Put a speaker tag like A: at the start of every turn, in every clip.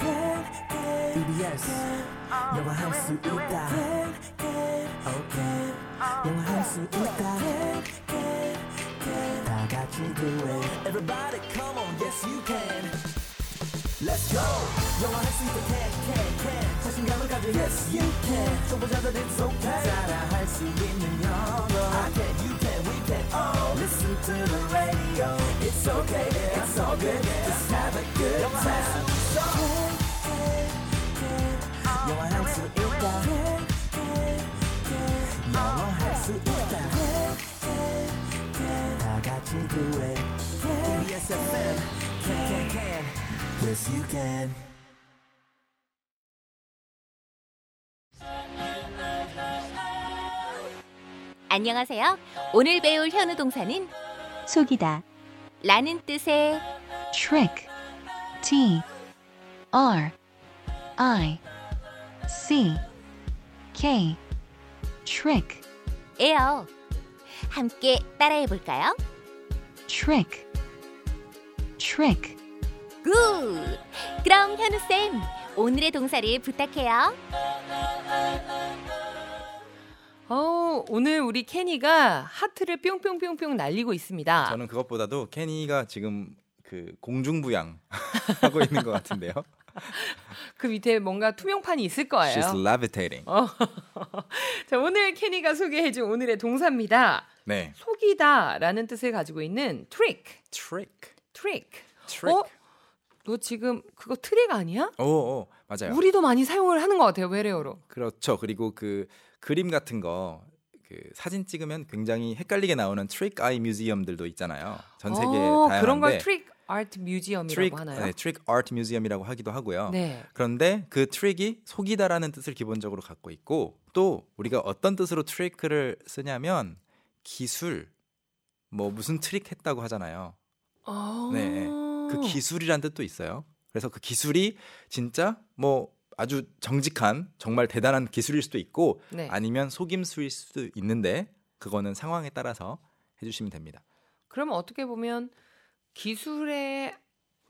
A: E yes 영화할 수 있다 E okay 영화할 수 있다 다 같이 do it everybody come on yes you can Let's go 영화할 수 있다 can E can can 자신감을 가져 yes you can 초보자들 it's okay 따라할 수 있는 영어 I can you can we can all listen to the radio it's okay yeah, it's all good just have a good time 영화할 수 있다 영화할 수 있다 다 같이 do it KBS FM can can can yes you can
B: 안녕하세요. 오늘 배울 현우 동사는
C: 속이다.
B: 라는 뜻의
C: trick. T R I C K trick
B: 에요. 함께 따라해 볼까요?
C: trick trick
B: 굿! 그럼 현우쌤, 오늘의 동사를 부탁해요.
D: 어, 오늘 우리 케니가 하트를 뿅뿅뿅뿅 날리고 있습니다.
E: 저는 그것보다도 케니가 지금 그 공중부양 하고 있는 것 같은데요.
D: 그 밑에 뭔가 투명판이 있을 거예요.
E: She's levitating.
D: 어. 자, 오늘 케니가 소개해준 오늘의 동사입니다.
E: 네.
D: 속이다라는 뜻을 가지고 있는 trick,
E: Trick.
D: trick.
E: Trick.
D: 어? 너 지금 그거 트릭 아니야?
E: 오, 오 어, 맞아요.
D: 우리도 많이 사용을 하는 것 같아요, 외래어로.
E: 그렇죠. 그리고 그 그림 같은 거. 그 사진 찍으면 굉장히 헷갈리게 나오는 트릭 아이 뮤지엄들도 있잖아요. 전 세계
D: 어,
E: 다양한데
D: 그런 걸 트릭 아트 뮤지엄이라고
E: 트릭
D: 하나요?
E: 네, 트릭 아트 뮤지엄이라고 하기도 하고요.
D: 네.
E: 그런데 그 트릭이 속이다라는 뜻을 기본적으로 갖고 있고 또 우리가 어떤 뜻으로 트릭을 쓰냐면 기술 뭐 무슨 트릭 했다고 하잖아요.
D: 어.
E: 네, 그 기술이란 뜻도 있어요. 그래서 그 기술이 진짜 뭐 아주 정직한 정말 대단한 기술일 수도 있고
D: 네.
E: 아니면 속임수일 수도 있는데 그거는 상황에 따라서 해주시면 됩니다.
D: 그러면 어떻게 보면 기술의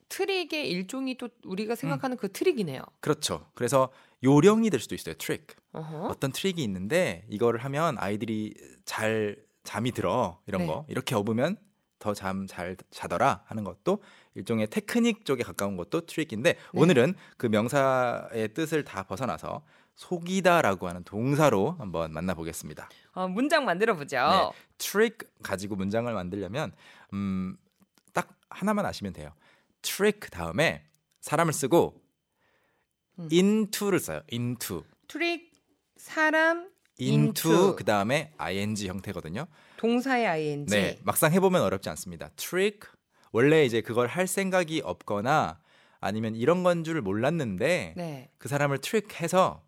D: 트릭의 일종이 또 우리가 생각하는 그 트릭이네요.
E: 그렇죠. 그래서 요령이 될 수도 있어요. 트릭.
D: 어허.
E: 어떤 트릭이 있는데 이거를 하면 아이들이 잘 잠이 들어 이런
D: 네.
E: 거 이렇게 업으면 더 잠 잘 자더라 하는 것도 일종의 테크닉 쪽에 가까운 것도 트릭인데
D: 네.
E: 오늘은 그 명사의 뜻을 다 벗어나서 속이다라고 하는 동사로 한번 만나보겠습니다.
D: 어, 문장 만들어 보죠.
E: 네. 트릭 가지고 문장을 만들려면 음, 딱 하나만 아시면 돼요. 트릭 다음에 사람을 쓰고
D: 음.
E: into를 써요. into
D: 트릭 사람
E: into,
D: into.
E: 그 다음에 ing 형태거든요.
D: 동사의 ing.
E: 네, 막상 해보면 어렵지 않습니다. trick 원래 이제 그걸 할 생각이 없거나 아니면 이런 건 줄 몰랐는데
D: 네.
E: 그 사람을 트릭해서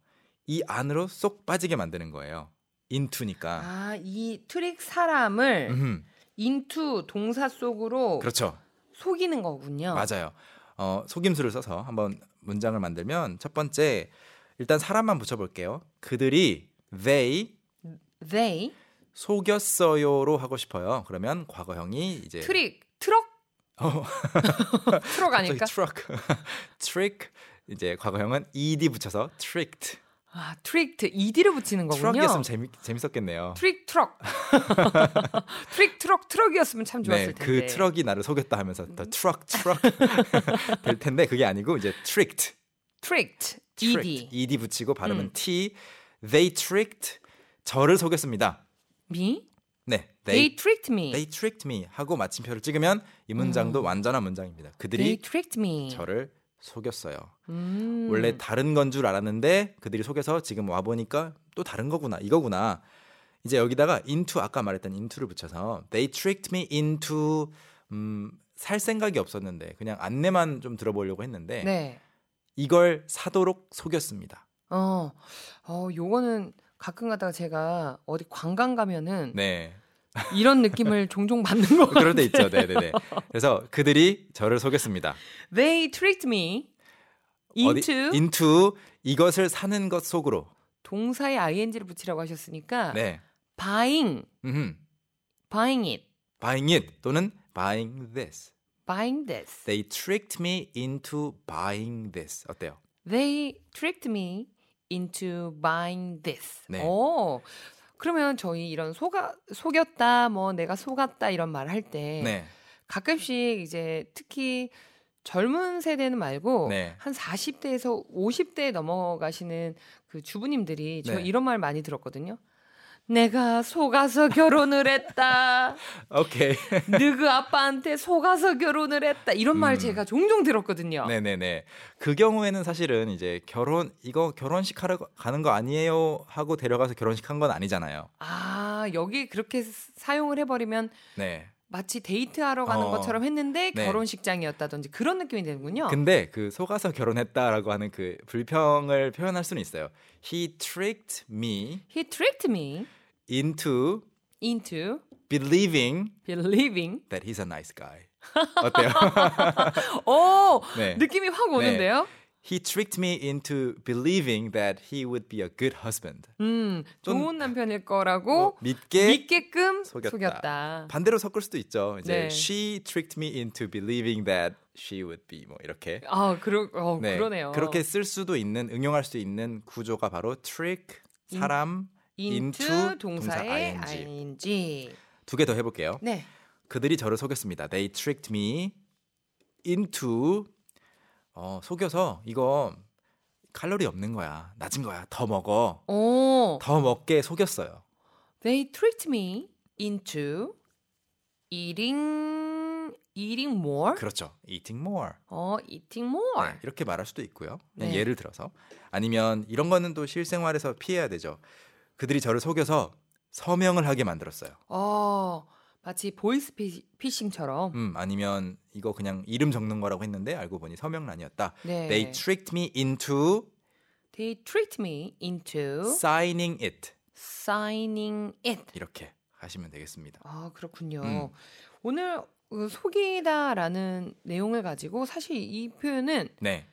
E: 이 안으로 쏙 빠지게 만드는 거예요. into니까.
D: 아, 네. 이 트릭 사람을
E: 음흠,
D: into 동사 속으로
E: 그렇죠.
D: 속이는 거군요.
E: 맞아요. 어, 속임수를 써서 한번 문장을 만들면 첫 번째 일단 사람만 붙여볼게요. 그들이 they
D: they
E: 속였어요로 하고 싶어요. 그러면 과거형이 이제
D: 트릭 트럭
E: 네. 어,
D: 트럭 아닐까?
E: 트럭. 트릭 이제 과거형은 ed 붙여서 tricked.
D: 아, 트릭 ed를 붙이는 거군요.
E: 트럭이었으면 재미, 재밌었겠네요.
D: 트릭 트럭. 트릭 트럭 트럭이었으면 참 좋았을
E: 네,
D: 텐데. 음.
E: 그 트럭이 나를 속였다 하면서 더 트럭 트럭 될 텐데 그게 아니고 이제 tricked.
D: tricked,
E: tricked.
D: ed.
E: ed 붙이고 발음은
D: 음.
E: t. They tricked 저를 속였습니다.
D: me?
E: 네.
D: They, tricked me.
E: they tricked me 하고 마침표를 찍으면 이 문장도 완전한 문장입니다. 그들이
D: 음. They tricked me.
E: 저를 속였어요.
D: 네. 음.
E: 원래 다른 건 줄 알았는데 그들이 속에서 지금 와 보니까 또 다른 거구나 이거구나 이제 여기다가 into 아까 말했던 into를 붙여서 they tricked me into 음, 살 생각이 없었는데 그냥 안내만 좀 들어보려고 했는데
D: 네.
E: 이걸 사도록 속였습니다.
D: 어. 어, 요거는 가끔 가다가 제가 어디 관광 가면은
E: 네
D: 이런 느낌을 종종 받는 거 같아요.
E: 그럴 때 있죠. 네네네. 그래서 그들이 저를 속였습니다.
D: They tricked me
E: 어디-
D: into
E: into 이것을 사는 것 속으로
D: 동사에 ing를 붙이라고 하셨으니까
E: 네
D: buying,
E: 음흠.
D: buying it,
E: buying it 또는 buying this
D: buying this.
E: They tricked me into buying this. 어때요?
D: They tricked me into buying this.
E: 네.
D: 오, 그러면 저희 이런 속아, 속였다, 뭐 내가 속았다 이런 말 할 때
E: 네.
D: 가끔씩 이제 특히 젊은 세대는 말고
E: 네.
D: 한 40대에서 50대에 넘어가시는 그 주부님들이 저
E: 네.
D: 이런 말 많이 들었거든요. 내가 속아서 결혼을 했다.
E: 오케이.
D: 느그 아빠한테 속아서 결혼을 했다. 이런 말
E: 음.
D: 제가 종종
E: 아.
D: 들었거든요.
E: 네네네. 그 경우에는 사실은 이제 결혼 이거 결혼식 하러 가는 거 아니에요 하고 데려가서 결혼식 한 건 아니잖아요.
D: 아, 여기 그렇게 스- 사용을 해버리면
E: 네.
D: 마치 데이트하러 가는
E: 어.
D: 것처럼 했는데
E: 네.
D: 결혼식장이었다든지 그런 느낌이 되는군요.
E: 근데 그 속아서 결혼했다라고 하는 그 불평을 표현할 수는 있어요. He tricked me
D: He tricked me
E: into
D: into
E: believing
D: believing.
E: that he's a nice guy. 어때요?
D: 오,
E: 네.
D: 느낌이 확 오는데요.
E: He tricked me into believing that he would be a good husband.
D: 음,
E: 좀- 뭐
D: 좋은 남편일 거라고
E: 어? 믿게
D: 믿게끔
E: 속였다.
D: 속였다.
E: 반대로 섞을 수도 있죠. 이제
D: 네.
E: she tricked me into believing that she would be 뭐 이렇게.
D: 아, 그러, 어, 그러네요.
E: 그렇게 쓸 수도 있는 응용할 수 있는 구조가 바로 trick 사람
D: into,
E: into
D: 동사의
E: 동사 ing.
D: ing.
E: 두 개 더 해볼게요.
D: 네.
E: 그들이 저를 속였습니다. They tricked me into 어, 속여서 이거 칼로리 없는 거야. 낮은 거야. 더 먹어.
D: 오,
E: 더 먹게 속였어요.
D: They tricked me into eating eating more.
E: 그렇죠. Eating more.
D: 어, eating
E: 네,
D: more.
E: 이렇게 말할 수도 있고요. 그냥
D: 네.
E: 예를 들어서 아니면 이런 거는 또 실생활에서 피해야 되죠. 그들이 저를 속여서 서명을 하게 만들었어요.
D: 어, 마치 보이스 피- 피싱처럼.
E: 음, 아니면 이거 그냥 이름 적는 거라고 했는데 알고 보니 서명란이었다.
D: 네.
E: They tricked me into
D: They tricked me into
E: signing it.
D: signing it.
E: 이렇게 하시면 되겠습니다.
D: 아, 그렇군요.
E: 음.
D: 오늘 그 속이다라는 내용을 가지고 사실 이 표현은
E: 네.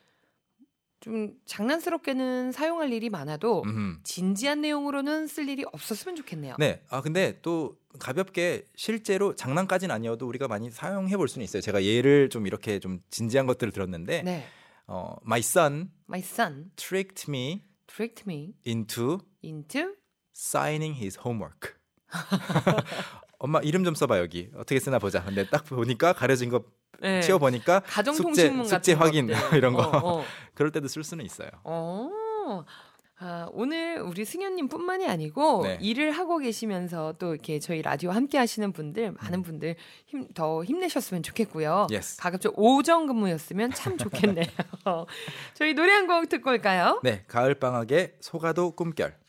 D: 좀 장난스럽게는 사용할 일이 많아도
E: 음.
D: 진지한 내용으로는 쓸 일이 없었으면 좋겠네요.
E: 네. 아 근데 또 가볍게 실제로 장난까지는 아니어도 우리가 많이 사용해 볼 수는 있어요. 제가 예를 좀 이렇게 좀 진지한 것들을 들었는데
D: 네.
E: 어, my son
D: My son
E: tricked me
D: tricked me
E: into
D: into
E: signing his homework. 엄마 이름 좀 써봐 여기 어떻게 쓰나 보자. 근데 딱 보니까 가려진 거
D: 네.
E: 치워 보니까 숙제
D: 가정통신문 같은
E: 숙제 확인
D: 것들.
E: 이런 거
D: 어, 어.
E: 그럴 때도 쓸 수는 있어요.
D: 어. 아, 오늘 우리 승현님뿐만이 아니고
E: 네.
D: 일을 하고 계시면서 또 이렇게 저희 라디오 함께 하시는 분들 많은 분들 힘, 더 힘내셨으면 좋겠고요.
E: 음. Yes.
D: 가급적 오전 근무였으면 참 좋겠네요. 저희 노래 한 곡 듣고 올까요?
E: 네, 가을 방학의 소가도 꿈결.